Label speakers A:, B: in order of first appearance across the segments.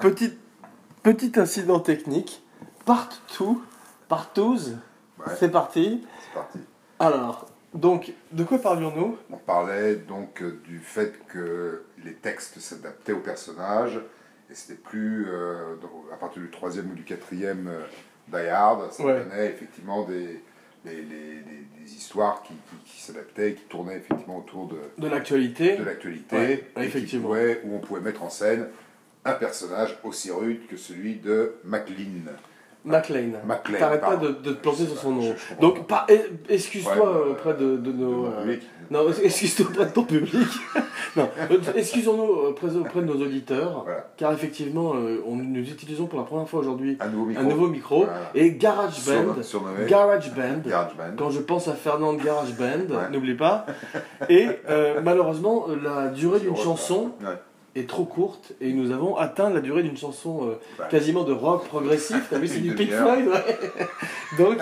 A: Petit, petit incident technique. Partout, partouze,
B: Ouais,
A: c'est parti.
B: c'est parti.
A: Alors, donc, de quoi parlions-nous
B: On parlait donc euh, du fait que les textes s'adaptaient aux personnages et c'était plus euh, dans- à partir du troisième ou du quatrième euh, Die Hard, ça
A: Ouais.
B: donnait effectivement des, les- les- les- des histoires qui, qui- qui s'adaptaient, qui tournaient effectivement autour de,
A: De l'actualité.
B: de l'actualité
A: Ouais,
B: et qui
A: effectivement.
B: pouvaient- où on pouvait mettre en scène un personnage aussi rude que celui de MacLean.
A: McLean.
B: MacLean,
A: T'arrêtes pas
B: pardon.
A: de, de te planter
B: Je sais
A: sur
B: pas,
A: son nom.
B: je- je comprends
A: Donc, par- eh, excuse-toi
B: Ouais,
A: euh, auprès de, de
B: pas.
A: nos.
B: De
A: euh,
B: Mac-
A: Non, excuse-toi auprès de ton public. non, euh, excusons-nous auprès, auprès de nos auditeurs,
B: Voilà.
A: car effectivement, euh, on, nous utilisons pour la première fois aujourd'hui
B: Un nouveau micro.
A: un nouveau micro
B: Voilà.
A: et GarageBand.
B: Surnom- surnommé
A: GarageBand.
B: GarageBand.
A: Quand je pense à Fernand de GarageBand,
B: Ouais.
A: n'oublie pas. Et euh, malheureusement, la durée d'une
B: Sur-
A: chanson
B: Ouais.
A: est trop courte et nous avons atteint la durée d'une chanson euh,
B: Bah.
A: quasiment de rock progressif. T'as vu, c'est
B: Une
A: du Pink
B: demi-heure.
A: Floyd. ouais. Donc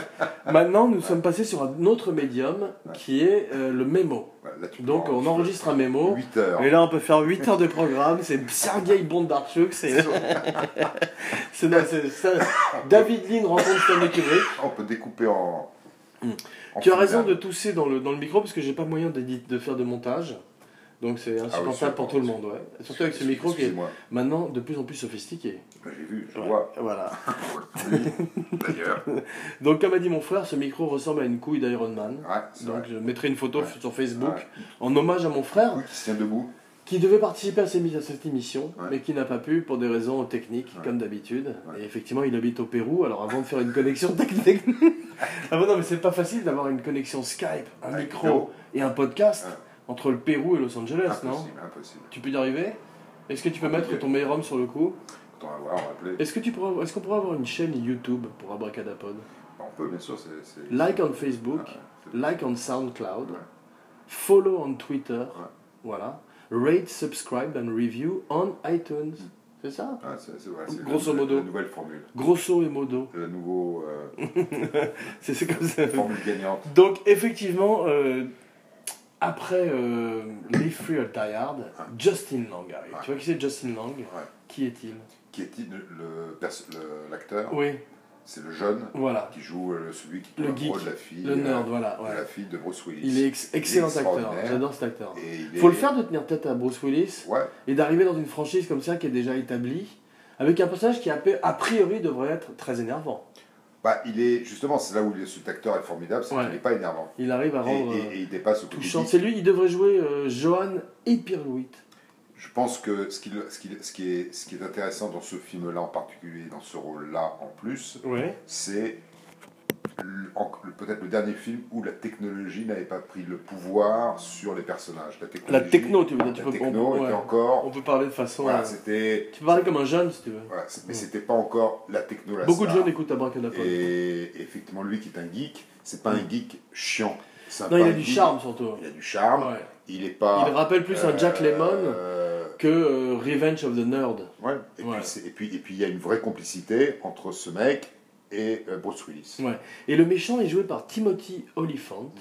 A: maintenant, nous sommes passés sur un autre médium qui est euh, le mémo.
B: Ouais, là, tu
A: Donc
B: prends-
A: on enregistre un mémo.
B: 8 heures.
A: Et là, on peut faire 8 heures de programme. C'est Sergei Bondarchuk. C'est c'est- non, c'est- ça- David Lynn rencontre Stanley Kubrick.
B: On peut découper en.
A: Hmm.
B: en
A: Tu as
B: finale.
A: raison de tousser dans le, dans le micro parce que j'ai pas moyen d'édit- de faire de montage. Donc c'est insupportable
B: Ah sûr,
A: pour tout le monde, ouais. Surtout avec ce micro qui est
B: Excusez-moi,
A: maintenant de plus en plus sophistiqué.
B: Bah, j'ai vu, je
A: Ouais,
B: vois.
A: Voilà.
B: D'ailleurs.
A: Donc comme a dit mon frère, ce micro ressemble à une couille d'Iron Man.
B: Ouais, c'est
A: Donc
B: vrai.
A: je mettrai une photo
B: Ouais.
A: sur Facebook
B: Ouais.
A: en hommage à mon
B: Un
A: frère
B: coup qui se tient debout.
A: qui devait participer à ces mi- à cette émission
B: Ouais.
A: mais qui n'a pas pu pour des raisons techniques
B: Ouais.
A: comme d'habitude.
B: Ouais.
A: Et effectivement il habite au Pérou alors avant de faire une connexion technique... ah bah non mais c'est pas facile d'avoir une connexion Skype, un
B: Avec
A: micro et un podcast
B: Ouais.
A: entre le Pérou et Los Angeles non
B: Ah. Impossible, impossible.
A: Tu peux y arriver Est-ce que tu peux mettre ton meilleur homme sur le coup
B: Quand on va voir, on va appeler.
A: Est-ce que tu pourrais, est-ce qu'on pourrait avoir une chaîne YouTube pour Abracadapod
B: On peut, bien sûr, c'est. c'est-
A: Like on
B: Ouais,
A: Facebook,
B: c'est-
A: like on SoundCloud,
B: Ah. Ouais.
A: follow on Twitter, voilà, rate, subscribe and review on iTunes.
B: Mm.
A: C'est ça
B: ouais, Ah, c'est c'est vrai. c'est
A: Grosso
B: la-
A: modo.
B: La nouvelle formule.
A: Grosso et modo.
B: Le nouveau euh,
A: C'est, c'est comme ça.
B: formule gagnante.
A: Donc effectivement, euh, après euh, Live Free or Die Hard, Justin Lang arrive. Tu vois qui c'est Justin Lang
B: Ah. Ouais.
A: Qui est-il
B: Qui est-il le perso- le- l'acteur
A: Oui,
B: C'est le jeune
A: voilà.
B: qui joue euh, celui qui
A: Le
B: joue
A: geek,
B: de la fille.
A: Le
B: euh,
A: nerd, voilà.
B: de
A: ouais.
B: la fille de Bruce Willis.
A: Il est ex- excellent acteur,
B: extraordinaire.
A: j'adore cet acteur.
B: Et il
A: Faut
B: est-
A: le faire de tenir tête à Bruce Willis
B: Ouais,
A: et d'arriver dans une franchise comme ça qui est déjà établie, avec un personnage qui a, pe- a priori devrait être très énervant.
B: Bah, il est justement, c'est là où le- cet acteur est formidable, c'est
A: Ouais.
B: qu'il n'est pas énervant.
A: Il arrive à
B: Et,
A: rendre
B: et-
A: euh,
B: et il dépasse le côté
A: touchant.
B: geek.
A: C'est lui, il devrait jouer euh, Johan et Pierre-Louis.
B: Je pense que ce, qu'il- ce, qu'il- ce qui est, ce qui est intéressant dans ce film-là en particulier, dans ce rôle-là en plus,
A: Ouais.
B: c'est le- en- le- peut-être le dernier film où la technologie n'avait pas pris le pouvoir sur les personnages. La technologie,
A: La techno, tu veux dire.
B: la
A: Tu peux,
B: techno
A: on,
B: était
A: ouais. On
B: encore.
A: peut parler de façon.
B: Voilà,
A: euh,
B: c'était.
A: tu peux parler comme un jeune si tu veux.
B: voilà, c'est- mais c'était pas encore la techno. la
A: Mm. Beaucoup de
B: star.
A: jeunes écoutent Abracadapod.
B: Et et effectivement, lui qui est un geek, c'est pas un geek chiant. C'est un-
A: Non, il
B: pas
A: a
B: un
A: du
B: geek-
A: charme surtout.
B: Il a du charme.
A: Ouais.
B: Il est pas.
A: Il rappelle plus un Jack Lemmon
B: Euh,
A: que euh, Revenge of the Nerd.
B: ouais. Et,
A: Ouais.
B: Puis, c'est- et puis et puis il y a une vraie complicité entre ce mec et euh, Bruce Willis.
A: Ouais. Et le méchant est joué par Timothy Olyphant.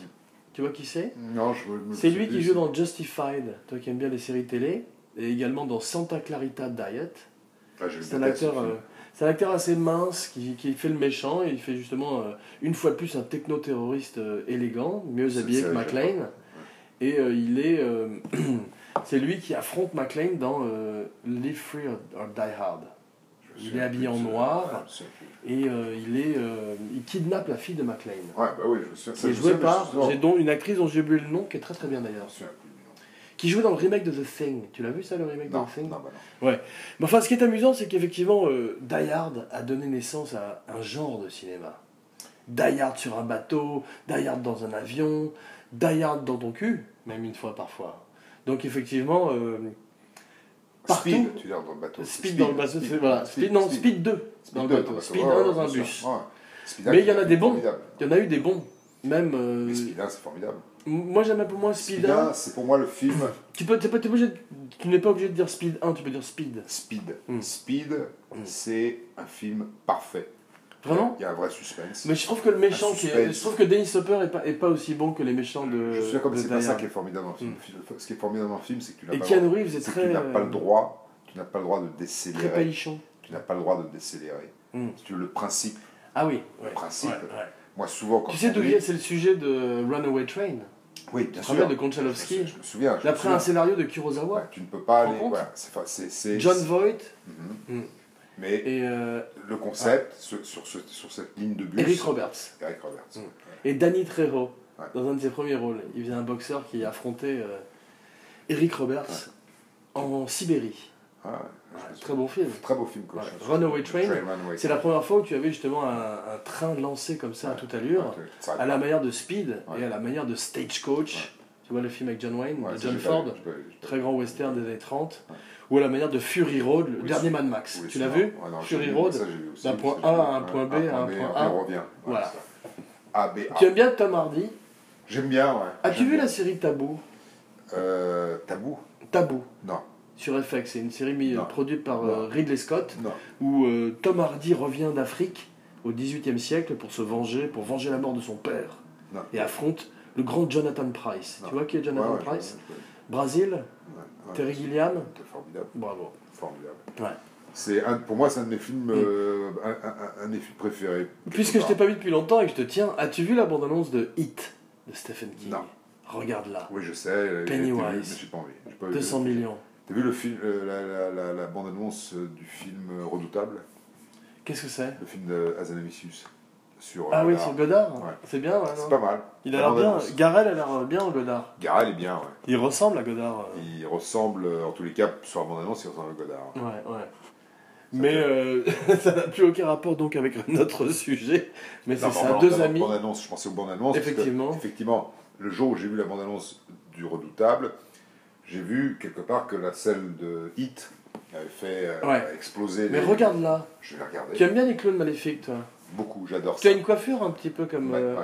A: Tu vois qui c'est
B: Non, je me- me
A: C'est lui
B: souviens
A: qui
B: plus.
A: joue dans Justified, toi qui aimes bien les séries télé, et également dans Santa Clarita Diet.
B: Ah, je
A: C'est un
B: déteste ce
A: acteur,
B: film.
A: euh, c'est un acteur assez mince qui, qui fait le méchant et il fait justement euh, une fois de plus un techno-terroriste euh, élégant, mieux
B: C'est-
A: habillé
B: c'est
A: que
B: vrai, j'ai
A: McLean. Et euh, il est, euh, c'est lui qui affronte McLean dans euh, Live Free or, or Die Hard.
B: Je me
A: il est
B: souviens
A: habillé
B: plus de
A: en
B: ce-
A: noir.
B: Ouais, je me souviens plus.
A: Et euh, il est, euh, il kidnappe la fille de McLean.
B: Ouais, bah oui, je me souviens. ça,
A: Qui est
B: je me
A: jouée
B: souviens,
A: par,
B: je me souviens.
A: j'ai donc une actrice dont j'ai oublié le nom qui est très très bien
B: Je
A: d'ailleurs.
B: me souviens plus du nom.
A: Qui jouait dans le remake de The Thing. Tu l'as vu ça le remake
B: Non,
A: de The Thing
B: non, bah non.
A: Mais enfin, ce qui est amusant, c'est qu'effectivement, euh, Die Hard a donné naissance à un genre de cinéma. Die Hard sur un bateau, Die Hard dans un avion, Die Hard dans ton cul, même une fois parfois. Donc effectivement, euh, Partout.
B: Speed, tu veux dire, dans le bateau.
A: speed, dans le bateau, c'est- voilà, speed, non, speed 2 dans le
B: deux
A: bateau, speed 1
B: ouais,
A: dans
B: ouais,
A: un
B: bien
A: bus.
B: sûr, ouais. Speed
A: Mais
B: un,
A: il y en a
B: c'est
A: des bons.
B: formidable.
A: Il y en a eu des bons, même... euh,
B: Mais Speed 1, c'est formidable.
A: moi j'aime un peu moins Speed,
B: Speed
A: 1.
B: 1, c'est pour moi le film
A: Tu, peux, t'es pas- t'es pas obligé de- tu n'es pas obligé de dire Speed 1, tu peux dire Speed.
B: Speed.
A: Mm.
B: Speed,
A: Mm.
B: c'est un film parfait.
A: Vraiment
B: Il y a un vrai suspense.
A: mais je trouve que le méchant,
B: Un
A: qui est-
B: suspense.
A: je trouve que Dennis Hopper est pas, est pas aussi bon que les méchants de.
B: je suis comme
A: de
B: c'est pas
A: Die
B: ça
A: Hard.
B: qui est formidable dans le film. Ce qui est formidable dans le film, c'est que tu n'as
A: euh, Mm. Et
B: pas,
A: Keanu Reeves est
B: c'est que
A: très. euh,
B: tu n'as pas le droit, tu n'as pas le droit de
A: Très
B: décélérer.
A: palichon.
B: Tu n'as pas le droit de décélérer.
A: Mm.
B: Si tu veux, le principe.
A: Ah oui. ouais.
B: Le principe.
A: Ouais, ouais.
B: Moi, souvent, quand
A: Tu sais
B: on
A: d'où
B: lit-
A: vient C'est le sujet de Runaway Train.
B: Oui, bien
A: Tu te
B: sûr.
A: rappelles de
B: Je me-
A: Konchalovsky
B: Je me souviens. je me
A: D'après un
B: souviens.
A: scénario de Kurosawa.
B: Ouais, tu ne peux pas
A: Rends
B: aller.
A: compte
B: Voilà, c'est, enfin, c'est, c'est-
A: John Voight
B: Mhm.
A: Mm.
B: Mais
A: et euh,
B: le concept ce- sur, ce- sur cette ligne de bus.
A: Eric Roberts.
B: Eric Roberts.
A: Mm. Et Danny Trejo,
B: Ouais.
A: dans un de ses premiers rôles. Il faisait un boxeur qui affrontait euh, Eric Roberts en Sibérie.
B: Ah, je me
A: Très bon film.
B: Très beau film, quoi.
A: Ouais, Runaway Train,
B: Runaway.
A: C'est la première fois où tu avais justement un, un train lancé comme ça à
B: Ouais.
A: toute allure,
B: Ouais, ça-
A: à la manière de Speed
B: Ouais.
A: et à la manière de Stagecoach.
B: Ouais.
A: Tu vois le film avec John Wayne,
B: ouais,
A: de
B: ça,
A: John
B: j'ai pas
A: Ford,
B: vu, j'ai pas vu, j'ai pas
A: très
B: vu.
A: grand western des années 30,
B: Ouais.
A: ou à la manière de Fury Road, le
B: Oui,
A: dernier
B: c'est-
A: Mad Max.
B: Oui,
A: tu l'as
B: celui-là.
A: vu
B: Ouais, non, j'ai
A: Fury
B: vu,
A: Road,
B: ça, j'ai vu aussi,
A: d'un point
B: ça, j'ai
A: A
B: vu.
A: à un point B à un point A.
B: On revient. Ouais,
A: Voilà.
B: c'est ça. A, B, A.
A: Tu Ah, aimes bien Tom Hardy
B: J'aime bien, ouais.
A: As-tu
B: Ah, J'aime
A: vu
B: bien.
A: la série Tabou
B: Euh, Tabou
A: Tabou
B: Non.
A: sur FX, c'est une série mis-
B: Non.
A: produite par
B: Non.
A: euh, Ridley Scott,
B: Non.
A: où euh, Tom Hardy revient d'Afrique au XVIIIe siècle pour se venger, pour venger la mort de son père,
B: Non.
A: et affronte le grand Jonathan Price.
B: Non.
A: Tu vois qui est
B: Ah. Ouais, ouais,
A: Jonathan
B: je-
A: Price
B: je- ouais,
A: Brésil
B: ouais.
A: Terry Gilliam
B: C'était Formidable.
A: Bravo.
B: Formidable.
A: Ouais.
B: C'est un, pour moi, c'est un de mes films, euh, un, un- un- un de mes films préférés.
A: Puisque je t'ai pas vu depuis longtemps et que je te tiens, as-tu vu la bande-annonce de Hit de Stephen King
B: Non. Euh,
A: Regarde-la.
B: Oui, je sais. j'ai été vu,
A: Pennywise.
B: mais j'ai pas envie. J'ai pas vu.
A: 200 millions.
B: T'as vu le film, euh, la, la, la, la bande-annonce euh, du film euh, Redoutable
A: Qu'est-ce que c'est
B: Le film de Hazanavicius sur.
A: Ah
B: euh,
A: oui,
B: la-
A: sur Godard
B: Ouais.
A: C'est hein. bien, ouais, non
B: C'est pas mal.
A: Il a
B: La
A: l'air bien.
B: bande-annonce.
A: Garel a l'air euh, bien, Godard.
B: Garel est bien, ouais.
A: Il ressemble à Godard. euh.
B: Il ressemble, euh, en tous les cas, sur la bande-annonce, il ressemble à Godard.
A: Ouais, ouais. Mais euh, ça n'a plus aucun rapport donc avec notre sujet. Mais c'est
B: Non,
A: ça,
B: pardon,
A: deux
B: la
A: amis.
B: Bande-annonce, je pensais aux bandes-annonces. parce que,
A: Effectivement.
B: effectivement, le jour où j'ai vu la bande-annonce du Redoutable, j'ai vu quelque part que la scène de Hit avait fait euh,
A: Ouais.
B: exploser.
A: Mais
B: les-
A: regarde-la.
B: Je vais regarder.
A: Tu aimes bien les clowns maléfiques, toi
B: Beaucoup, j'adore
A: Tu
B: ça.
A: as une coiffure un petit peu comme.
B: Ouais,
A: euh,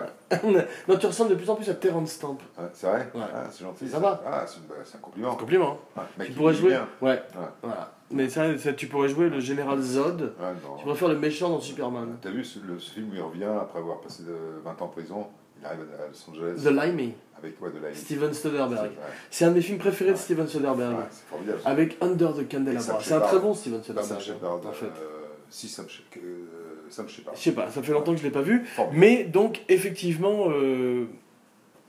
B: ouais.
A: non, tu ressembles de plus en plus à Terrence Stamp.
B: Hein, c'est vrai
A: Ouais.
B: Ah, C'est gentil.
A: Ça va
B: Ah, c'est, une- bah, c'est un compliment.
A: Compliment. hein.
B: Ouais, mec,
A: Tu
B: il
A: pourrais
B: vit
A: jouer.
B: bien.
A: Ouais.
B: Ouais.
A: Voilà. Mais ça, ça, tu pourrais jouer le général Zod.
B: Ah, non.
A: Tu pourrais faire le méchant dans Superman.
B: T'as vu ce, le, ce film où il revient après avoir passé de 20 ans en prison Il arrive à Los Angeles
A: The Limey,
B: avec quoi de la
A: Steven Soderbergh.
B: Ouais,
A: C'est un de mes films préférés de
B: Ouais.
A: Steven Soderbergh.
B: ouais, c'est formidable.
A: Avec Under the
B: Et Sam
A: Candelabra. C'est un
B: Shepard.
A: très bon Steven
B: Pas Sam
A: Soderbergh.
B: Shepard,
A: Ah, en fait.
B: euh, si Sam Shepard. euh, Sam Shepard.
A: Je sais pas, ça fait longtemps que je l'ai pas vu.
B: Formidable.
A: Mais donc, effectivement, euh,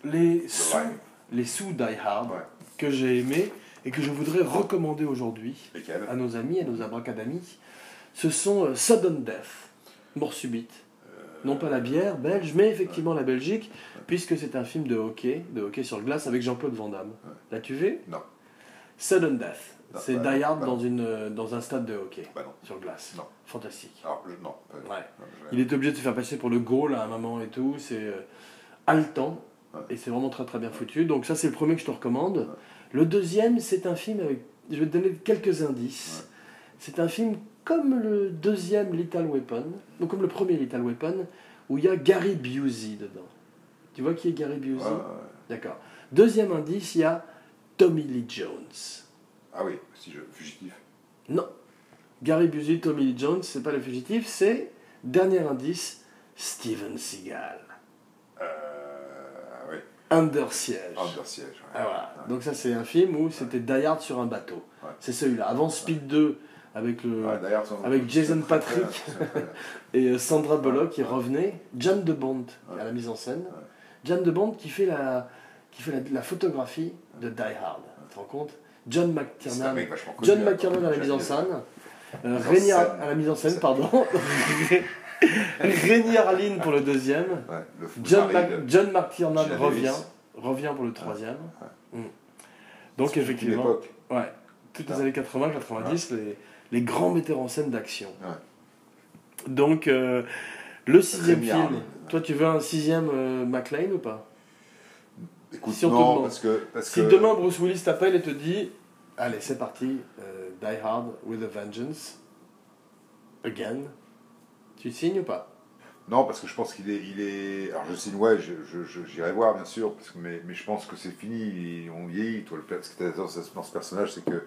A: les,
B: The
A: sous,
B: Line.
A: les sous Die Hard
B: Ouais.
A: que j'ai aimé et que je voudrais recommander aujourd'hui
B: Lesquels
A: à nos amis, à nos abracadamis, ce sont euh, Sudden Death, mort subite.
B: Euh,
A: Non pas la bière belge, mais effectivement la Belgique, puisque c'est un film de hockey, de hockey sur glace avec Jean-Claude Van Damme.
B: Ouais.
A: L'as-tu vu
B: Non.
A: Sudden Death.
B: Non,
A: C'est
B: bah,
A: Die Hard
B: bah.
A: dans, une, euh, dans un stade de hockey
B: Bah non.
A: sur glace.
B: Non.
A: Fantastique.
B: Alors, je, non. pas-
A: Ouais.
B: non, je-
A: Il est obligé de se faire passer pour le goal à un moment et tout. C'est euh, haletant.
B: Ouais.
A: Et c'est vraiment très très bien foutu. Donc ça c'est le premier que je te recommande. Le deuxième c'est un film avec... Je vais te donner quelques indices. C'est un film comme le deuxième Little Weapon. Donc comme le premier Little Weapon. Où il y a Gary Busey dedans. Tu vois qui est Gary Busey
B: Ouais, ouais.
A: D'accord. Deuxième indice, il y a Tommy Lee Jones.
B: Ah oui, si je. Fugitif.
A: Non. Gary Busey, Tommy Lee Jones, c'est pas le fugitif, c'est, dernier indice, Steven Seagal.
B: Euh. Ah oui.
A: Under siège.
B: Under siège. ouais.
A: Ah, voilà.
B: Ouais.
A: Donc ça c'est un film où c'était Die Hard sur un bateau.
B: Ouais.
A: C'est celui-là. Avant Speed 2 avec le
B: Ouais, d'ailleurs, son-
A: avec Jason
B: c'est très-
A: Patrick.
B: c'est très-
A: et euh, Sandra Bullock qui revenait, Jeanne de Bond
B: Ouais.
A: à la mise en scène.
B: Ouais.
A: Jeanne de Bond qui fait la qui fait la, la photographie de Die Hard. Tu te rends compte John
B: c'est un
A: McTiernan.
B: mec vachement connu,
A: John
B: hein.
A: McTiernan à la mise en
B: Jack-
A: scène. Euh,
B: Mise en
A: Régnard
B: scène.
A: à la mise en scène, pardon. Régnarline pour le deuxième.
B: Ouais, le fou
A: John,
B: Harry de-
A: Mac- John McTiernan
B: Gina
A: revient,
B: Davis.
A: revient pour le troisième. Mm.
B: c'est
A: Donc
B: une
A: effectivement,
B: époque.
A: ouais, toutes les
B: Ouais.
A: années 80, 90, les, les grands metteurs en scène d'action. Donc euh, le sixième
B: Rémi
A: film,
B: Harlin.
A: toi tu veux un sixième euh, McLean ou pas
B: Écoute,
A: Si on te
B: non,
A: demande.
B: parce que. Parce
A: Si
B: que
A: demain Bruce Willis t'appelle et te dit, allez c'est parti, euh, Die Hard with a Vengeance, again, tu signes ou pas
B: Non, parce que je pense qu'il est, il est. Alors je signe, ouais, je- je- je- j'irai voir, bien sûr, parce que, mais, mais je pense que c'est fini, on vieillit. Toi, le, per- ce que t'as dans ce dans ce personnage, c'est que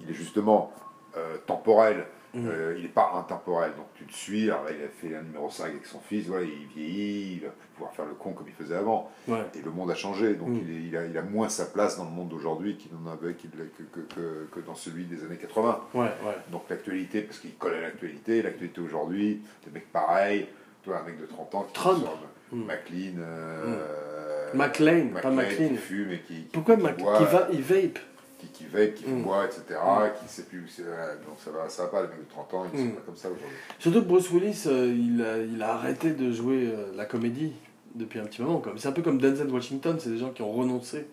B: il est justement euh, temporel.
A: Mm.
B: Euh, il n'est pas intemporel, donc tu te suis. Alors là, il a fait un numéro 5 avec son fils, voilà, il vieillit, il va plus pouvoir faire le con comme il faisait avant.
A: Ouais.
B: Et le monde a changé, donc
A: Mm.
B: il, est- il a, il a moins sa place dans le monde d'aujourd'hui qu'il en avait qu'il- que, que- que- que dans celui des années 80.
A: Ouais, ouais.
B: Donc l'actualité, parce qu'il colle à l'actualité, l'actualité aujourd'hui, des mecs pareils, toi un mec de 30 ans qui
A: Trump.
B: sort de-
A: Mm.
B: McLean, euh,
A: McLean, pas
B: McLean,
A: McLean.
B: qui fume et qui, qui-
A: Pourquoi
B: qui
A: Mac
B: boit,
A: qui va, il vape
B: qui, qui vape, qui
A: Mm.
B: boit, etc., qui sait plus, où c'est, euh, donc ça va, ça va pas, les mecs de 30 ans, ils
A: Mm.
B: sont pas comme ça aujourd'hui.
A: Surtout que Bruce Willis, euh, il, a, il a arrêté de jouer euh, la comédie depuis un petit moment. quoi. C'est un peu comme Denzel Washington, c'est des gens qui ont renoncé.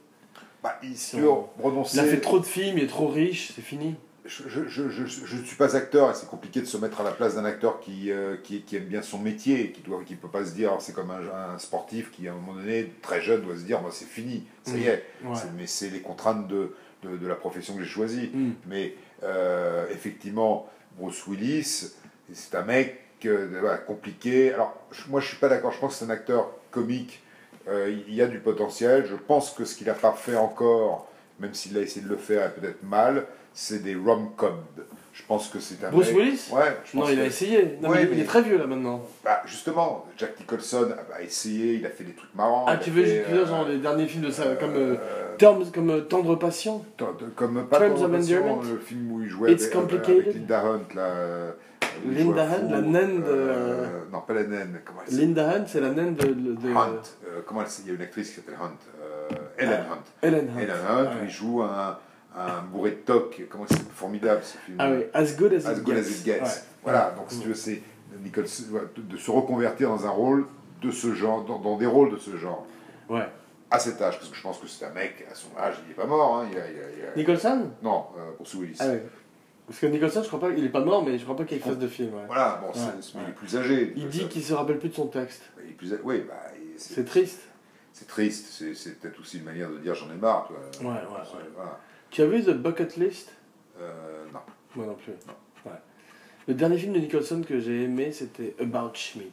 B: Bah, ils
A: Si
B: durent renoncer.
A: Il a fait trop de films, il est trop riche, c'est fini.
B: Je ne je, je, je- je ne suis pas acteur et c'est compliqué de se mettre à la place d'un acteur qui, euh, qui, qui aime bien son métier, et qui doit, qui peut pas se dire, c'est comme un, un sportif qui à un moment donné, très jeune, doit se dire, moi c'est fini, ça y est.
A: Ouais.
B: C'est- Mais c'est les contraintes de, de, de la profession que j'ai choisie.
A: Mm.
B: Mais euh, effectivement, Bruce Willis, c'est un mec euh, voilà, compliqué. Alors, je- moi, je suis pas d'accord. Je pense que c'est un acteur comique. Euh, il y a du potentiel. Je pense que ce qu'il a pas fait encore, même s'il a essayé de le faire et peut-être mal, c'est des rom-coms. Je pense que c'est un
A: Bruce
B: mec-
A: Willis
B: Ouais, je pense
A: Non, il
B: que-
A: a essayé. Non,
B: Ouais,
A: mais il- il
B: mais-
A: est très vieux là maintenant.
B: Bah, justement, Jack Nicholson a- a essayé, il a fait des trucs marrants.
A: Ah,
B: il a
A: tu veux
B: fait,
A: juste dire, genre
B: euh,
A: les derniers films de ça, comme euh,
B: euh,
A: Terms- comme euh, Tendre Patient
B: Attends, de- comme pas
A: Terms
B: dans
A: of
B: Passion,
A: Endearment.
B: le film où il jouait
A: It's
B: avec, avec-
A: complicated.
B: avec Linda Hunt là, euh, où il
A: Linda
B: jouait un
A: Hunt,
B: fou,
A: la naine de-
B: euh, non pas la naine comment elle s'appelle
A: Linda Hunt, c'est la naine de, de- de-
B: Hunt euh, comment elle s'appelle il y a une actrice qui s'appelle Hunt euh, Ellen Hunt
A: Ellen Ah, Hunt.
B: Ellen Hunt où
A: Ouais.
B: il joue un, un bourré de toc comment c'est formidable ce film
A: Ah oui, As Good As,
B: As
A: It
B: Good
A: Gets.
B: As It Gets
A: Ouais. Mm.
B: voilà donc si tu veux c'est Nicholson voilà, de, de se reconvertir dans un rôle de ce genre dans- dans des rôles de ce genre
A: Ouais.
B: à cet âge parce que je pense que c'est un mec à son âge il est pas mort hein, il a- il a- il a-
A: Nicholson
B: non euh, pour Sue Willis
A: Ah oui. Parce que Nicholson, je crois pas, il est pas mort, mais je crois pas qu'il fasse de film. ouais.
B: Voilà, bon,
A: Ouais,
B: c'est- c'est-
A: ouais.
B: il est plus âgé.
A: Il
B: Euh,
A: dit qu'il se rappelle plus de son texte.
B: il est plus âgé. Oui, bah, il- c'est
A: C'est triste.
B: c'est triste. C'est c'est peut-être aussi une manière de dire j'en ai marre. Toi.
A: Ouais, ouais,
B: C'est-
A: ouais.
B: voilà.
A: Tu as vu The Bucket List
B: Euh, non.
A: Moi non plus. Ouais. Le dernier film de Nicholson que j'ai aimé, c'était About Schmidt.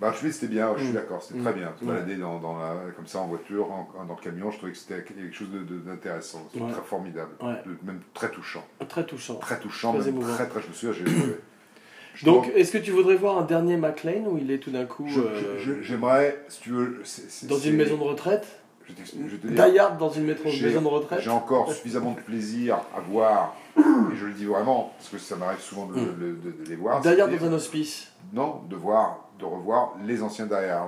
B: Bah, Auschwitz, c'était bien, ouais, je suis
A: Mm.
B: d'accord, c'était
A: Mm.
B: très bien. Te
A: Ouais.
B: balader dans, dans la, comme ça en voiture, en- en- dans le camion, je trouvais que c'était quelque chose de- de- d'intéressant, C'était
A: Ouais.
B: très formidable,
A: Ouais.
B: De- même très touchant.
A: Très touchant.
B: Très touchant,
A: Très
B: même
A: émouvant.
B: très, très, je me souviens, j'ai pleuré. Je
A: Donc,
B: trouve-
A: est-ce que tu voudrais voir un dernier McLean où il est tout d'un coup
B: je-
A: euh,
B: je- je- j'aimerais, si tu veux, c'est- c'est-
A: dans
B: c'est-
A: une maison de retraite
B: Je t'explique, je te dis-
A: Dayard dans une métro-
B: J'ai-
A: maison de retraite
B: J'ai encore suffisamment de plaisir à voir, et je le dis vraiment, parce que ça m'arrive souvent de,
A: Mm.
B: le- de- de les voir.
A: Dayard
B: c'est-
A: dans un hospice
B: Non, de voir, de revoir les anciens derrière.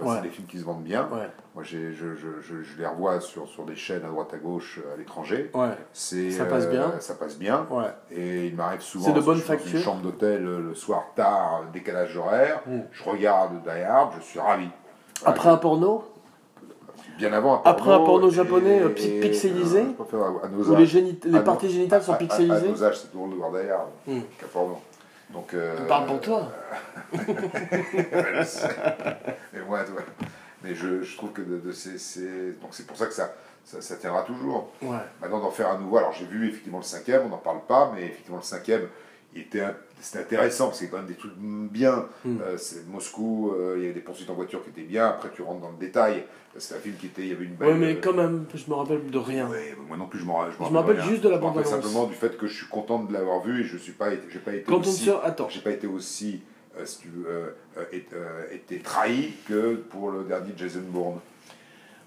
B: Euh,
A: Ouais.
B: C'est des films qui se vendent bien.
A: Ouais,
B: Moi, j'ai- je, je- je- je les revois sur, sur des chaînes à droite à gauche euh, à l'étranger.
A: ouais,
B: C'est, euh,
A: Ça passe bien.
B: Ça passe bien.
A: ouais.
B: Et il m'arrive souvent.
A: C'est de
B: parce que
A: bonne
B: je suis dans
A: facture.
B: une chambre d'hôtel euh, le soir tard, euh, décalage horaire.
A: Mm.
B: Je regarde Die Hard, je suis ravi. Voilà.
A: Après un porno
B: Bien avant. un
A: Après un porno
B: et-
A: japonais, euh,
B: et-
A: pixelisé,
B: je préfère à- à nos
A: Où
B: âges.
A: les, génit- les
B: Ah,
A: parties génitales
B: À-
A: sont
B: à- À,
A: pixelisées
B: nos âges, c'est toujours le voir d'ailleurs,
A: Hmm.
B: qu'à Portland. Donc, euh,
A: Parle pour toi
B: je sais. Mais moi, toi. Mais je, je trouve que de, de ces, ces- donc c'est pour ça que ça, ça, ça tiendra toujours.
A: Ouais,
B: Maintenant d'en faire un nouveau. Alors j'ai vu effectivement le cinquième, on n'en parle pas, mais effectivement le cinquième, il était, un- c'était intéressant parce qu'il y a quand même des trucs bien.
A: Hmm.
B: Euh, c'est Moscou, euh, il y avait des poursuites en voiture qui étaient bien. Après tu rentres dans le détail. C'est un film qui était, il y avait une
A: ouais
B: balle-
A: mais quand même, je me rappelle de rien.
B: Ouais, moi non plus, je m'en
A: Je me rappelle
B: rien.
A: juste de la
B: Je me rappelle
A: bande-annonce.
B: simplement du fait que je suis content de l'avoir vu et je suis pas, été- j'ai pas été
A: Quand on
B: aussi,
A: sort, attends,
B: j'ai pas été aussi, euh, si tu veux, euh, euh, et- euh, été trahi que pour le dernier Jason Bourne,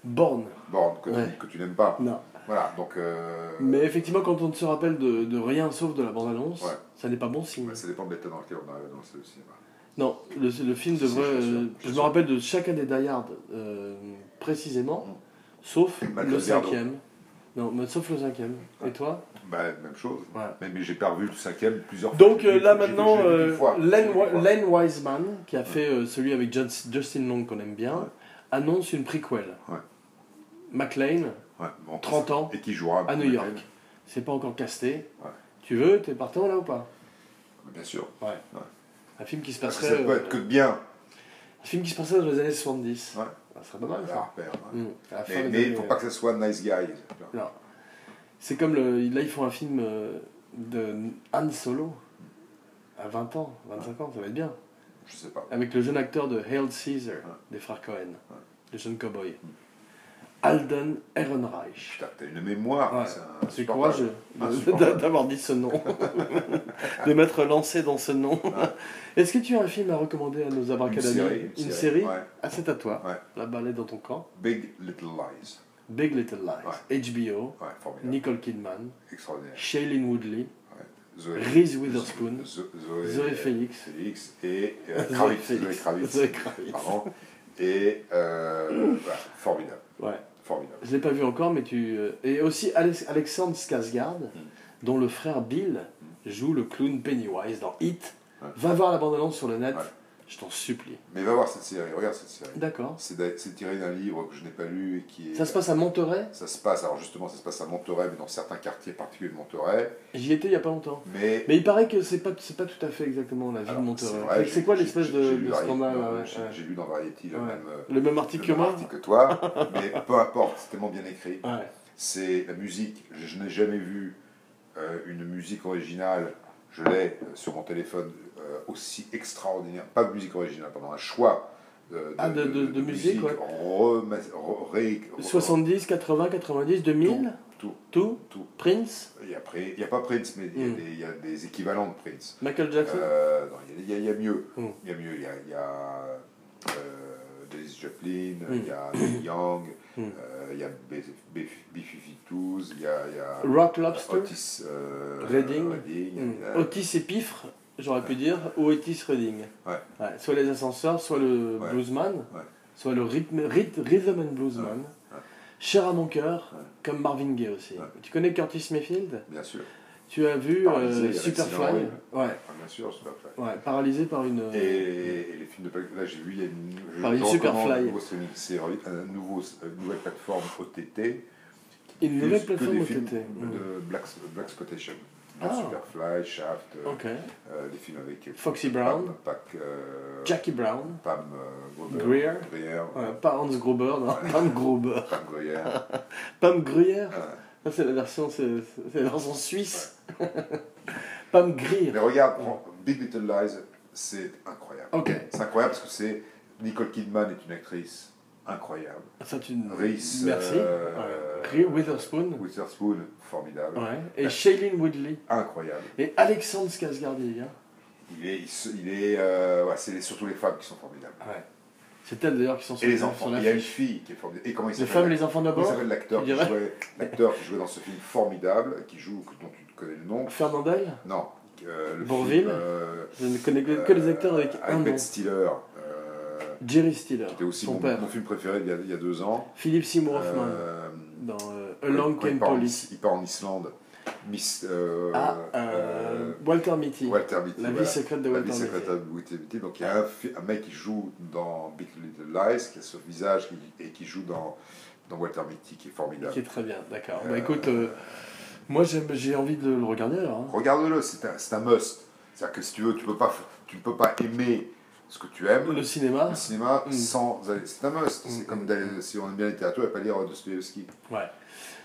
A: Born.
B: Bourne que,
A: Ouais.
B: que tu n'aimes pas.
A: Non.
B: Voilà, donc euh,
A: Mais effectivement, quand on ne se rappelle de, de rien sauf de la bande-annonce,
B: Ouais.
A: ça n'est pas bon signe.
B: ouais, ça dépend de l'état dans lequel on a lancé le cinéma.
A: Non, le, le film
B: Si, si,
A: devrait.
B: je suis sûr,
A: euh,
B: je
A: je
B: suis
A: me
B: sûr.
A: rappelle de chacun des Die Hard, euh, précisément,
B: Mm.
A: sauf
B: Matt
A: le
B: Lozardo.
A: cinquième. Non, mais sauf le cinquième. Et
B: Ouais.
A: toi
B: Bah, même chose.
A: Ouais.
B: Mais, mais j'ai pas revu le cinquième plusieurs
A: Donc
B: fois.
A: euh,
B: J'ai-
A: là
B: j'ai-
A: maintenant,
B: j'ai vu
A: euh,
B: une fois.
A: Len,
B: J'ai vu une fois.
A: Len Wiseman, qui a fait euh, celui avec John- Justin Long qu'on aime bien,
B: Ouais.
A: annonce une prequel.
B: Ouais.
A: McLean,
B: Ouais, bon,
A: 30 ans,
B: Et qui jouera
A: à New York. C'est pas encore casté.
B: Ouais.
A: Tu veux T'es partant là ou pas
B: Bien sûr.
A: Un film qui se
B: Parce que
A: passerait.
B: ça peut
A: euh,
B: être que de bien.
A: Un film qui se passerait dans les années 70.
B: Ouais.
A: Ça serait pas mal
B: Ah,
A: ça.
B: repère, ouais.
A: Mm. À la fin
B: Mais
A: des
B: mais il
A: années-
B: faut pas que ça soit nice guy.
A: Non. C'est comme le. Là, ils font un film euh, de Han Solo à 20 ans, 25 ans, ça va être bien.
B: Je sais pas. Mm.
A: Avec le jeune acteur de Hail Caesar des frères Cohen, le jeune cowboy. Alden Ehrenreich.
B: Putain, t'as une mémoire.
A: Ouais.
B: un
A: C'est
B: sport-
A: courageux
B: Ah,
A: de-
B: supportable.
A: d'avoir dit ce nom, de m'être lancé dans ce nom. Est-ce que tu as un film à recommander à nos
B: Une
A: abracadabras
B: série.
A: Une série
B: ouais.
A: Ah, c'est à toi.
B: Ouais.
A: La balade dans ton camp.
B: Big Little Lies.
A: Big Little Lies. HBO.
B: Ouais, formidable.
A: Nicole Kidman.
B: Extraordinaire.
A: Shailene Woodley.
B: Zoé.
A: Reese Witherspoon.
B: Zo-
A: Zoé Félix.
B: Félix et euh,
A: Zoé
B: Kravitz.
A: Félix.
B: Zoé Kravitz.
A: Zoé Kravitz.
B: Pardon. Et euh, voilà, formidable.
A: Ouais.
B: Formidable.
A: Je l'ai pas vu encore, mais tu. euh, Et aussi Alex- Alexandre Skarsgård,
B: Mm.
A: dont le frère Bill joue le clown Pennywise dans Hit.
B: Ouais.
A: Va voir la bande-annonce sur le net.
B: Ouais.
A: Je t'en supplie.
B: Mais va voir cette série, regarde cette série.
A: D'accord.
B: C'est d'a- C'est tiré d'un livre que je n'ai pas lu et qui est.
A: Ça se passe à Monterey.
B: Ça se passe, alors justement, ça se passe à Monterey, mais dans certains quartiers particuliers de Monterey.
A: J'y étais il y a pas longtemps.
B: Mais.
A: Mais il paraît que c'est pas c'est pas tout à fait exactement la vie
B: alors,
A: de
B: c'est
A: Monterey.
B: vrai,
A: Fait que C'est
B: j'ai-
A: quoi
B: j'ai-
A: l'espace
B: j'ai
A: de,
B: lu
A: de
B: la-
A: scandale
B: non,
A: ouais,
B: J'ai
A: ouais.
B: j'ai lu dans Variety le
A: Ouais.
B: même. euh,
A: Le même
B: le
A: article que
B: même
A: moi.
B: article que toi, mais peu importe, c'est tellement bien écrit.
A: Ouais.
B: c'est la musique. Je, je n'ai jamais vu euh, une musique originale, je l'ai euh, sur mon téléphone, euh, aussi extraordinaire. Pas de musique originale, pardon, un choix euh, de,
A: Ah, de- de- de musique, ouais.
B: rema- re- ré- re-
A: 70, 80, 90, 2000.
B: Tout,
A: Tout.
B: tout.
A: Prince.
B: Et après, il n'y a pas Prince, mais il y a
A: Mm.
B: des- il y, a des équivalents de Prince.
A: Michael Jackson.
B: Euh, non, Il y, a- il y a il y a mieux.
A: Mm.
B: Il y a mieux. Il y a, il y a, euh, Janis Joplin,
A: Mm.
B: il y a Neil Young,
A: Mm.
B: euh, il y a Bef- Bef- Biffy Fittouz, il y a- il y a
A: Rock Lobster.
B: Otis euh,
A: Redding.
B: Redding,
A: Mm.
B: euh,
A: Otis et Pifre, j'aurais pu dire, ou Otis Redding.
B: Ouais.
A: Soit les ascenseurs, soit le
B: Ouais.
A: bluesman,
B: Ouais.
A: soit le rythme, ryth- rhythm and bluesman.
B: Ouais. Ouais.
A: Cher à mon cœur,
B: Ouais.
A: comme Marvin Gaye aussi.
B: Ouais.
A: Tu connais Curtis Mayfield
B: bien sûr.
A: Tu as vu
B: Paralysé,
A: euh,
B: avec Sidney
A: Superfly
B: Lumet.
A: ouais.
B: Ah, bien sûr, Superfly.
A: ouais, paralysé par une. euh,
B: Et, et les films de Pac- là j'ai vu il y a une, je-
A: Par une
B: je recommande
A: Superfly.
B: un nouveau streaming, c'est un euh, nouveau, une nouvelle plateforme OTT. qui
A: Une nouvelle
B: diffuse que
A: plateforme
B: des films
A: OTT,
B: de Black, Black Spotation, de
A: mm. Ah.
B: Superfly, Shaft, euh,
A: Ok.
B: euh, des films avec euh,
A: Foxy
B: Pam,
A: Brown,
B: Pac, euh,
A: Jackie Brown,
B: Pam euh, Gruber,
A: Greer.
B: Greer,
A: ouais, pas Hans Gruber, non, Pam Gruber.
B: Pam Greer,
A: Pam Gruyère,
B: euh,
A: ça c'est la version, c'est c'est la version suisse. Pam Grier.
B: Mais regarde, prends Big Little Lies, c'est incroyable.
A: Ok.
B: C'est incroyable parce que c'est Nicole Kidman est une actrice incroyable.
A: Ça, tu ne-
B: Reese,
A: Merci.
B: euh,
A: Ouais. Reese Witherspoon.
B: Witherspoon, formidable,
A: Ouais. Et Shailene Woodley.
B: incroyable.
A: Et Alexandre Skarsgård, il y a.
B: Il est, il se- il est, euh, ouais, c'est les- surtout les femmes qui sont formidables.
A: C'est elles d'ailleurs qui sont sur,
B: Et les
A: sur
B: enfants. Il y a une
A: l'affiche.
B: fille qui est formidable. Et comment il
A: Les
B: s'appelle
A: femmes,
B: l'ac-
A: les enfants
B: Comment il
A: d'abord.
B: s'appelle l'acteur
A: tu
B: qui
A: dirais
B: jouait l'acteur qui jouait dans ce film formidable, qui joue dont tu connais le nom
A: Fernandel.
B: Non, euh, le
A: Bourvil
B: film, euh,
A: Je ne connais que, que les acteurs avec
B: euh,
A: un nom.
B: Ben Stiller. euh,
A: Jerry Stiller,
B: C'était aussi
A: son
B: mon,
A: père.
B: mon film préféré il y a, il y a deux ans.
A: Philippe Seymour Hoffman
B: Euh,
A: dans euh, A
B: quand il-
A: Long
B: quand il
A: Came
B: part en
A: Police.
B: Is- Il part en Islande. Miss, euh,
A: Ah, euh,
B: euh,
A: Walter Mitty.
B: Walter Mitty.
A: La vie
B: voilà.
A: secrète de
B: La
A: Walter
B: vie secrète
A: Mitty.
B: de Walter Mitty. Donc il y a un, fi- un mec qui joue dans Big Little Lies, qui a ce visage, qui- et qui joue dans, dans Walter Mitty, qui est formidable.
A: Qui est très bien, d'accord.
B: Euh,
A: Bah écoute, euh, moi j'aime- j'ai envie de le regarder alors. hein.
B: Regarde-le, c'est un, c'est un must. C'est-à-dire que si tu veux, tu peux pas, f- tu ne peux pas aimer ce que tu aimes.
A: Le cinéma
B: Le cinéma,
A: Mm.
B: sans aller- c'est un must.
A: Mm.
B: C'est comme d'aller- si on aime bien la littérature et pas lire Dostoevsky.
A: Ouais.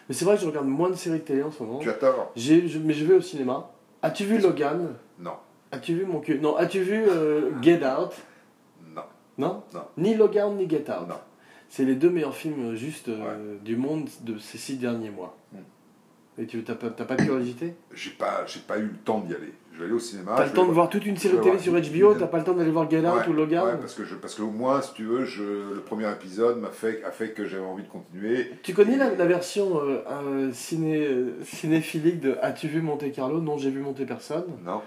A: Mais c'est vrai que je regarde moins de séries de télé en ce moment.
B: Tu as tort.
A: J'ai- je- mais je vais au cinéma. As-tu vu Logan
B: Non,
A: As-tu vu mon cul Non, as-tu vu euh, Get Out
B: non.
A: Non
B: Non.
A: Ni Logan ni Get Out.
B: Non.
A: C'est les deux meilleurs films euh, juste euh, du monde de ces six derniers mois.
B: Hmm.
A: Et tu t'as pas, t'as pas de curiosité
B: J'ai pas, j'ai pas eu le temps d'y aller. Je vais aller au cinéma.
A: T'as
B: je
A: le
B: vais
A: temps de
B: voir-
A: voir toute une
B: je
A: série
B: vais
A: télé
B: voir
A: sur
B: une-
A: HBO,
B: une-
A: t'as pas le temps d'aller voir Get Out
B: Ouais,
A: ou Logan
B: ouais, parce que je, parce que au moins, si tu veux, je, le premier épisode m'a fait, a fait que j'avais envie de continuer.
A: Tu connais la, la version euh, euh, ciné, euh, cinéphilique de As-tu vu Monte Carlo Non, j'ai vu monter personne.
B: Non.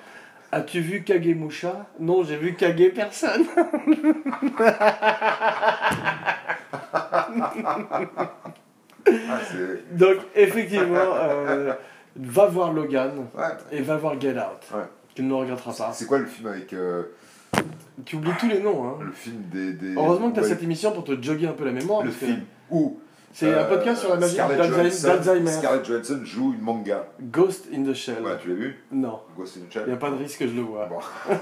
A: As-tu vu Kagemusha Non, j'ai vu Kage personne.
B: Ah, c'est.
A: Donc, effectivement, euh, va voir Logan
B: Ouais.
A: et va voir Get Out.
B: Ouais.
A: Tu ne le regretteras pas.
B: C'est quoi le film avec euh,
A: Tu oublies tous les noms. Hein.
B: le film des, des-
A: Heureusement que tu as
B: ouais,
A: cette émission pour te jogger un peu la mémoire.
B: le
A: parce que
B: film où
A: C'est un
B: euh,
A: podcast sur la magie
B: Scarlett
A: d'Alzheimer.
B: Johansson-
A: d'Alzheimer.
B: Scarlett Johansson joue une manga.
A: Ghost in the Shell.
B: Voilà, tu l'as vu
A: Non,
B: Ghost in the
A: il
B: Shell
A: n'y a pas de risque que je le vois.
B: Bon.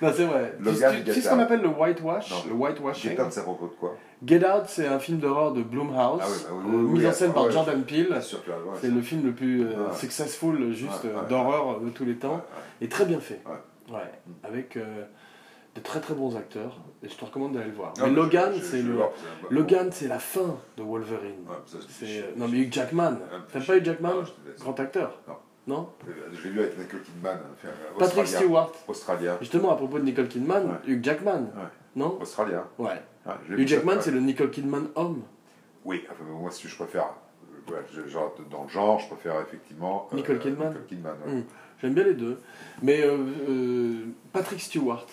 A: non, c'est vrai. Tu-
B: Logan,
A: tu,
B: Get
A: tu sais ce qu'on
B: Out.
A: appelle le whitewash
B: Non.
A: Le whitewashing
B: J'ai pas de savoir de quoi.
A: Get Out, c'est un film d'horreur de Blumhouse,
B: Ah oui, bah oui,
A: euh,
B: oui, oui,
A: mis en
B: oui,
A: scène
B: ah
A: par
B: ouais.
A: Jordan Peele.
B: Bien sûr, tu vas voir.
A: C'est le film le plus euh,
B: Ouais.
A: successful, juste,
B: Ouais, ouais.
A: euh, d'horreur de tous les temps. Et très bien fait.
B: Ouais.
A: Ouais. Avec euh, de très très bons acteurs, et je te recommande d'aller le voir. mais
B: Non, Ah, mais
A: Logan,
B: je- je-
A: c'est
B: je vais
A: le...
B: voir, c'est un-
A: Logan, c'est la fin de Wolverine.
B: bah, Ouais, ça, je-
A: C'est... euh,
B: je-
A: Non mais Hugh Jackman.
B: Ah,
A: T'aimes
B: je-
A: pas Hugh Jackman
B: Ah, je te laisse.
A: Grand acteur
B: Non.
A: Non
B: Euh, J'ai vu avec Nicole Kidman. hein, faire, euh,
A: Patrick
B: Australien.
A: Stewart.
B: Australien.
A: Justement, à propos de Nicole Kidman,
B: Ouais.
A: Hugh Jackman. Non
B: Australien.
A: Ouais.
B: Ah, j'ai vu
A: Hugh
B: ça,
A: Jackman,
B: ouais.
A: c'est le Nicole Kidman homme.
B: Oui, enfin, moi, si je préfère. euh, ouais, je- genre, dans le genre, je préfère effectivement. euh,
A: Nicole Kidman.
B: Nicole Kidman, ouais.
A: Mm. J'aime bien les deux. Mais euh, euh, Patrick Stewart,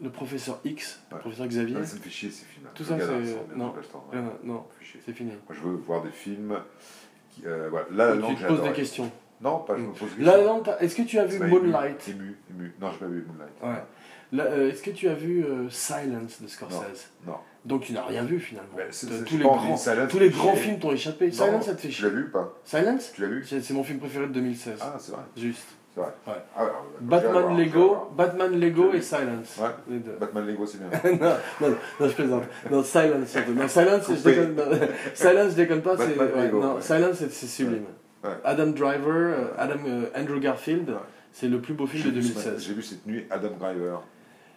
A: le professeur X, le
B: Ouais.
A: professeur Xavier.
B: Ouais, ça me fait chier ces films.
A: Tout ça, c'est- non.
B: Non.
A: Euh, non, non, c'est fini.
B: Moi, je veux voir des films. Qui, euh, voilà. Là, la
A: tu
B: langue,
A: te poses des
B: j'adore.
A: questions. Mmh.
B: Non, pas je me pose des
A: La
B: questions.
A: Land, t'as- est-ce que tu as vu
B: Ça m'a
A: Moonlight
B: Ému, ému, ému. Non, je n'ai pas vu Moonlight.
A: Ouais. La- euh, Est-ce que tu as vu euh, Silence de Scorsese
B: Non.
A: Donc tu n'as rien vu finalement.
B: Mais c'est-
A: T'as-
B: c'est-
A: Bah, tous
B: j'ai
A: les
B: pas envie
A: grands,
B: de salade,
A: tous les
B: j'ai-
A: grands films t'ont échappé. Silence, ça te fait
B: Tu
A: chier.
B: l'as vu ou pas
A: Silence
B: Tu l'as vu
A: C'est c'est mon film préféré de 2016.
B: Ah, c'est vrai.
A: Juste.
B: C'est vrai.
A: Ouais.
B: Ah, ouais, alors, faut que j'aille
A: Batman
B: voir,
A: Lego,
B: faut
A: Batman
B: Je
A: Lego
B: l'ai
A: et
B: vu.
A: Silence. Les
B: Ouais. que j'aille
A: deux.
B: voir. Batman Lego, c'est bien.
A: non, non, non, non, je plaisante. Non, Silence, surtout. Non, Silence, je
B: Coupé.
A: déconne, non. Silence, je déconne pas. C'est,
B: Batman
A: ouais,
B: Lego,
A: non,
B: ouais.
A: Silence, c'est, c'est sublime.
B: Ouais. Ouais.
A: Adam Driver, euh, Adam, euh, Andrew Garfield,
B: Ouais.
A: c'est le plus beau film
B: J'ai
A: de
B: vu ce matin-
A: 2016.
B: J'ai vu cette nuit Adam Driver.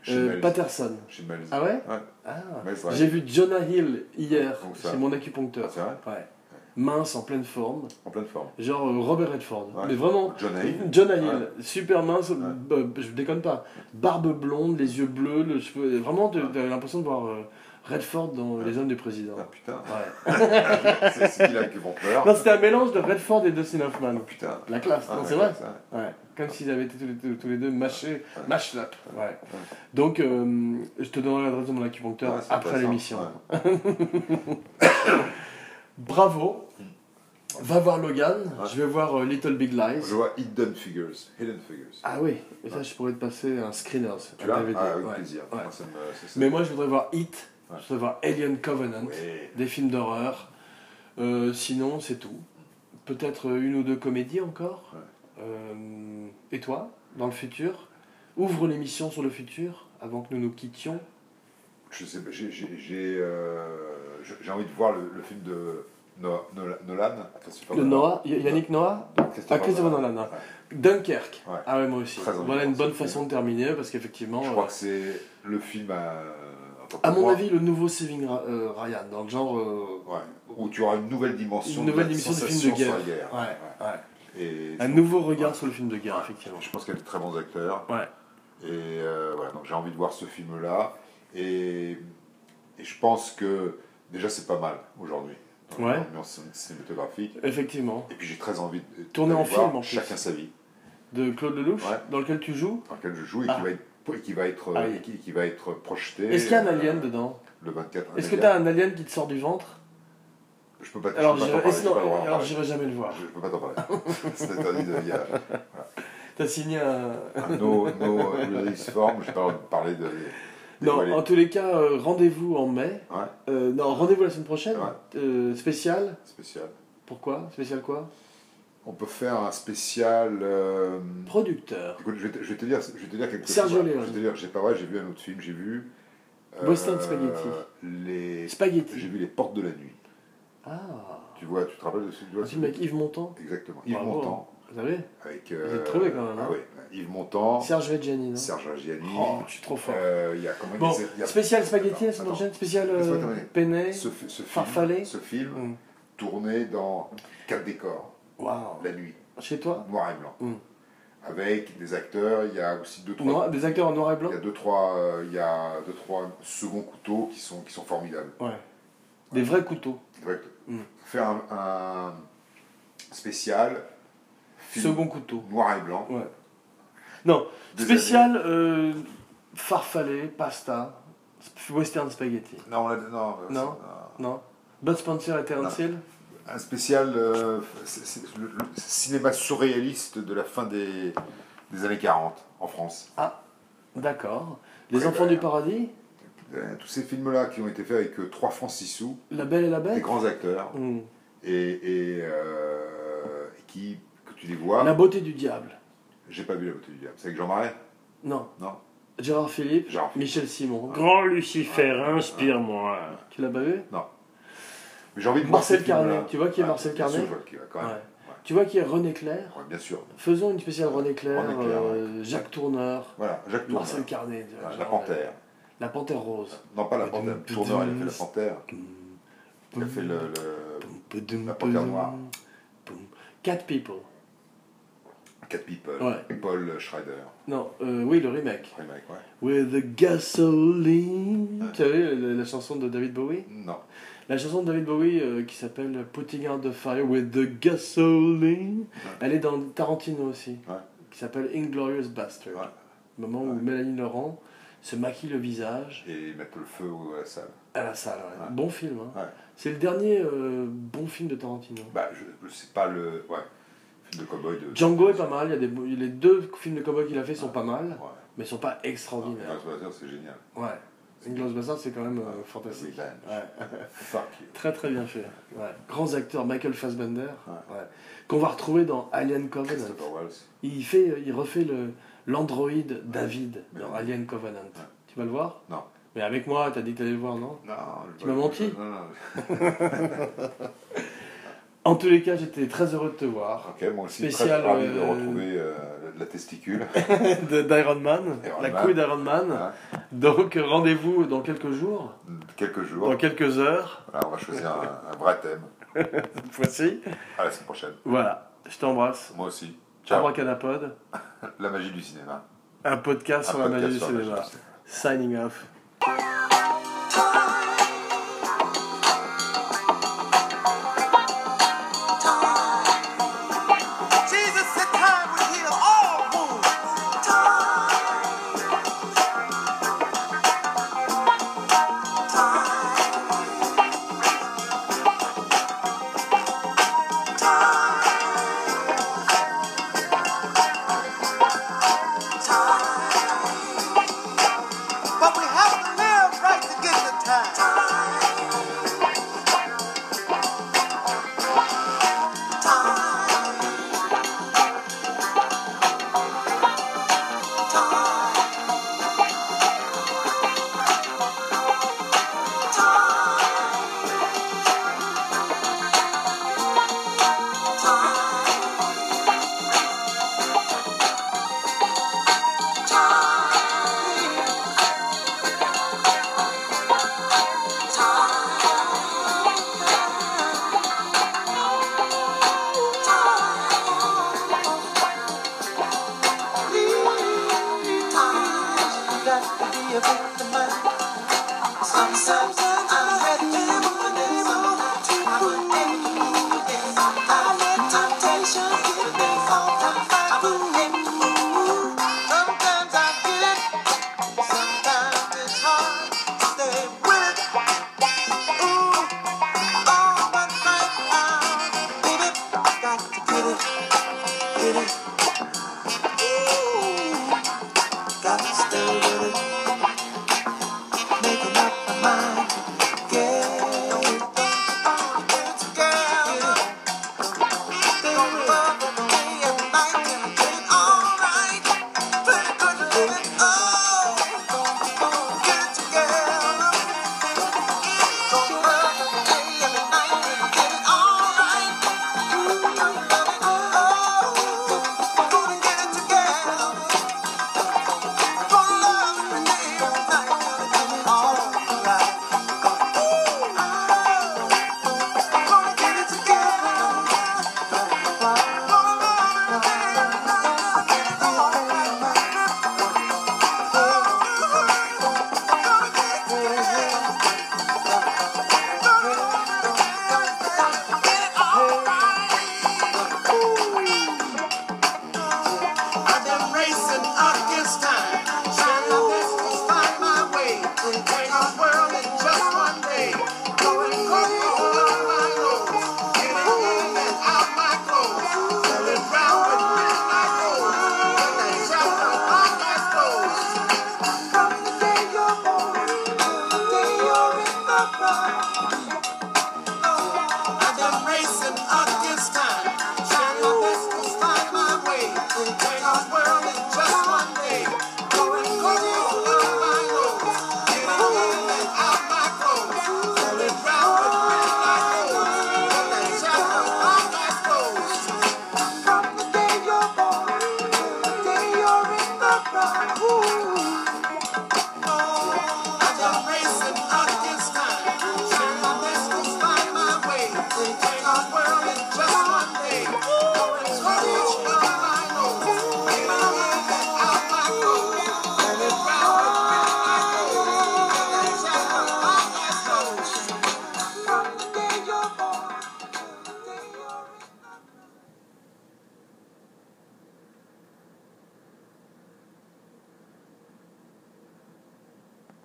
B: Chez
A: Euh,
B: Miles.
A: Patterson.
B: Chez Miles.
A: Ah ouais
B: Ouais.
A: Ah.
B: Miles Driver.
A: J'ai vu Jonah Hill hier
B: Donc ça.
A: chez mon
B: Ah,
A: acupuncteur.
B: C'est vrai
A: Ouais. Mince, en pleine forme.
B: En pleine forme.
A: Genre euh, Robert Redford.
B: Ouais.
A: Mais vraiment,
B: John Hay.
A: Jonah Hill, super mince,
B: Ouais.
A: b- b- je déconne pas. Barbe blonde, les yeux bleus, le cheveu. Vraiment, tu
B: Ouais.
A: as l'impression de voir euh, Redford dans
B: Ouais.
A: Les Hommes du Président.
B: Ah putain.
A: Ouais.
B: C'est c'est qui là qui vont peur
A: Non, c'était un mélange de Redford et Dustin Hoffman.
B: Ah putain.
A: La classe,
B: Ah,
A: non,
B: ouais,
A: c'est vrai
B: ça.
A: Ouais. Comme s'ils avaient été tous les, tous- tous les deux mâchés.
B: Ouais.
A: Mashed up. Ouais. Donc, euh, je te donnerai l'adresse de mon acupuncteur
B: Ouais, c'est
A: après
B: intéressant.
A: l'émission.
B: Ouais.
A: Bravo. Va voir Logan.
B: Mm. Ouais.
A: Je vais voir euh, Little Big Lies.
B: Je vois Hidden Figures. Hidden Figures.
A: Ah oui, et ça, je pourrais te passer un screeners.
B: tu
A: un
B: l'as
A: DVD.
B: Ah, avec
A: Ouais.
B: plaisir.
A: Ouais.
B: Moi, ça me- ça- ça-
A: Mais moi, je voudrais voir Hit,
B: Ouais.
A: je voudrais voir Alien Covenant,
B: Ouais.
A: des films d'horreur. Euh, sinon, c'est tout. Peut-être euh, une ou deux comédies encore.
B: Ouais.
A: Euh, et toi, dans le futur Ouvre l'émission sur le futur avant que nous nous quittions.
B: Je sais pas, j'ai- j'ai j'ai, euh, j'ai- j'ai envie de voir le, le film de Noah- Nola- Nolan. Christopher
A: Le
B: Nolan.
A: Noah, Y- Yannick Noah
B: Christopher
A: Ah, Christopher Nolan. hein. Dunkerque.
B: bah, Ouais.
A: Ah ouais, moi aussi.
B: Très envie
A: Voilà
B: de
A: une
B: voir
A: bonne
B: ce
A: façon de terminer parce qu'effectivement.
B: Je
A: euh,
B: crois que c'est le film à. enfin, pour
A: À mon
B: moi,
A: avis, le nouveau Saving Ra- euh, Ryan, dans le genre. euh,
B: ouais, où tu auras une nouvelle dimension.
A: Une nouvelle
B: la
A: dimension du film de
B: sensation
A: guerre.
B: sur la guerre.
A: ouais, ouais.
B: Ouais. Et
A: Un
B: je-
A: nouveau regard sur le film de guerre, effectivement.
B: Je pense qu'elle est très bons acteurs.
A: Ouais.
B: Et euh, voilà, donc j'ai envie de voir ce film-là. Et, et je pense que déjà c'est pas mal aujourd'hui. dans
A: Ouais.
B: L'ambiance cinématographique.
A: Effectivement.
B: Et puis j'ai très envie de
A: Tourner en
B: d'aller voir
A: film, en plus.
B: Chacun sa vie.
A: De Claude Lelouch,
B: Ouais.
A: dans lequel tu joues.
B: dans lequel je joue et
A: Ah.
B: qui va être et qui va être
A: Ah oui.
B: et qui, qui va être projeté.
A: Est-ce qu'il y a un
B: euh,
A: alien dedans
B: Le 24. un
A: Est-ce que
B: alien.
A: t'as un alien qui te sort du ventre
B: Je peux pas. je
A: Alors
B: peux pas
A: j'irai
B: t'en
A: est-ce- non,
B: parler, je peux pas t'en
A: alors,
B: parler.
A: j'irai jamais le voir.
B: Je- je peux pas t'en parler. C'est interdit de il y a
A: T'as signé un.
B: un No, no release form. Je parle parler de.
A: Non,
B: dévoiler.
A: en tous les cas, euh, rendez-vous en mai.
B: Ouais.
A: Euh, non, rendez-vous la semaine prochaine.
B: Ouais.
A: Euh, spécial.
B: Spécial.
A: Pourquoi Spécial quoi
B: On peut faire un spécial. euh,
A: Producteur.
B: Écoute, je vais, te, je vais te dire, je vais te dire quelque
A: Sergio
B: chose.
A: Leone.
B: Je vais te dire, j'ai pas vrai, j'ai vu un autre film, j'ai vu. euh,
A: Western Spaghetti.
B: Les. J'ai
A: Spaghetti.
B: vu les Portes de la nuit.
A: Ah.
B: Tu vois, tu te rappelles de ce tu vois
A: Un
B: ce-
A: film avec Yves Montand.
B: Exactement. Yves
A: Bravo. hein.
B: Montand.
A: Vous savez
B: Avec.
A: êtes trouvé quand même, hein.
B: ah ouais, Yves Montand.
A: Serge Reggiani, non
B: Serge Reggiani.
A: Oh, je suis trop fort.
B: Euh, Il y a comment il
A: Bon,
B: disait- il y a-
A: spécial spaghetti
B: Attends,
A: la semaine prochaine, spécial
B: Laisse-moi
A: euh,
B: terminer.
A: penne.
B: ce, fi- ce
A: Farfadet.
B: film, ce film
A: Mm.
B: tourné dans quatre décors,
A: Waouh.
B: la nuit,
A: Chez toi
B: noir et blanc,
A: Mm.
B: avec des acteurs. Il y a aussi deux trois,
A: Noir- Des acteurs en noir et blanc
B: il y a deux trois, euh, il y a deux trois seconds couteaux qui sont qui sont formidables.
A: Ouais. Des vrais couteaux.
B: Correct.
A: Mm.
B: Faire un, un spécial film
A: Second couteau.
B: noir et blanc.
A: Ouais. Non,
B: des
A: spécial euh, farfalet, pasta, sp- western spaghetti.
B: années- Non, on l'a- non, euh,
A: Non.
B: c'est-
A: Non Bud Spencer et Terence Hill
B: un spécial euh, c'est- c'est le, le cinéma surréaliste de la fin des, des années 40 en France.
A: Ah, d'accord. Les
B: Ouais,
A: enfants
B: bah,
A: du paradis
B: Euh, Tous ces films-là qui ont été faits avec euh, trois francs 6 sous,
A: La belle et la
B: des
A: bête
B: grands acteurs,
A: Hmm.
B: et, et, euh, qui, que tu les vois.
A: La beauté du diable
B: J'ai pas vu La Beauté du Diable. C'est avec Jean Marais
A: Non.
B: Non.
A: Gérard Philippe
B: Gérard Philippe.
A: Michel Simon.
C: Grand Lucifer, inspire-moi.
A: Tu l'as pas vu
B: Mais j'ai envie de voir
A: Marcel
B: ces films-là.
A: Carnet, tu vois qui est
B: Ouais,
A: Marcel
B: bien sûr,
A: Carnet
B: je vois qui- ouais, quand même.
A: Ouais.
B: Ouais.
A: Tu vois qui est René Clair
B: Ouais, bien sûr.
A: Faisons une spéciale René Clair,
B: René Clair,
A: euh, Jacques Tourneur,
B: Voilà, Jacques Tourneur.
A: Marcel Carnet. tu vois,
B: Voilà, La
A: genre, euh,
B: panthère.
A: La panthère rose.
B: Non, pas la
A: Badum,
B: panthère.
A: badum,
B: Tourneur, il a fait la
A: badum.
B: panthère. Il a fait le. le-
A: Poum,
B: La Panthère
A: poum,
B: Noire.
A: poum. Cat People.
B: Cat People.
A: Ouais.
B: Paul Schrader.
A: Non, euh, oui, le remake.
B: Remake, ouais.
A: With the gasoline. Tu as vu la, la chanson de David Bowie
B: Non.
A: La chanson de David Bowie euh, qui s'appelle Putting Out the Fire with the Gasoline.
B: Ouais.
A: Elle est dans Tarantino aussi.
B: Ouais.
A: Qui s'appelle Inglorious Bastard.
B: Ouais.
A: Moment où
B: Ouais.
A: Mélanie Laurent se maquille le visage
B: Et mettre le feu à la salle.
A: à la salle. ouais.
B: Ouais.
A: Bon film. hein.
B: Ouais.
A: C'est le dernier euh, bon film de Tarantino.
B: Bah, je, je sais pas le. Ouais. Film de cowboy de.
A: Django est pas mal. Il y a des, beaux- les deux films de cowboy qu'il a fait sont pas mal,
B: Ouais.
A: mais sont pas
B: Non, mais
A: extraordinaires.
B: Lars von Trier, c'est génial.
A: Ouais. Inglorious Bastard, c'est quand même euh, fantastique.
B: Revenge.
A: Ouais.
B: Fuck you.
A: Très très bien fait. Ouais. Grands acteurs, Michael Fassbender,
B: Ouais.
A: ouais. qu'on va retrouver dans Alien Covenant.
B: Christopher Wells.
A: Il, fait, il refait le, l'androïde David dans
B: Ouais.
A: Alien Covenant. Tu vas le voir
B: Non.
A: Mais avec moi, t'as dit que t'allais le voir, non
B: Non, je
A: Tu
B: vois-
A: m'as menti.
B: Non, non.
A: En tous les cas, j'étais très heureux de te voir.
B: Ok, moi aussi,
A: Spécial,
B: très ravi de
A: euh,
B: retrouver euh, la testicule.
A: De- d'Iron Man,
B: Iron
A: la
B: Man.
A: couille d'Iron Man. Donc rendez-vous dans quelques jours,
B: Quelques jours.
A: dans quelques heures.
B: Voilà, on va choisir un, un vrai thème.
A: Cette fois-ci.
B: À la semaine prochaine.
A: Voilà, je t'embrasse.
B: Moi aussi. Ciao.
A: Abracadapod,
B: La magie du cinéma.
A: un podcast sur la
B: Un podcast
A: magie du
B: sur la
A: cinéma.
B: magie du cinéma.
A: Signing off.
D: Jesus said time would heal all wounds. Time. But we have to live right to get the time.
E: Sometimes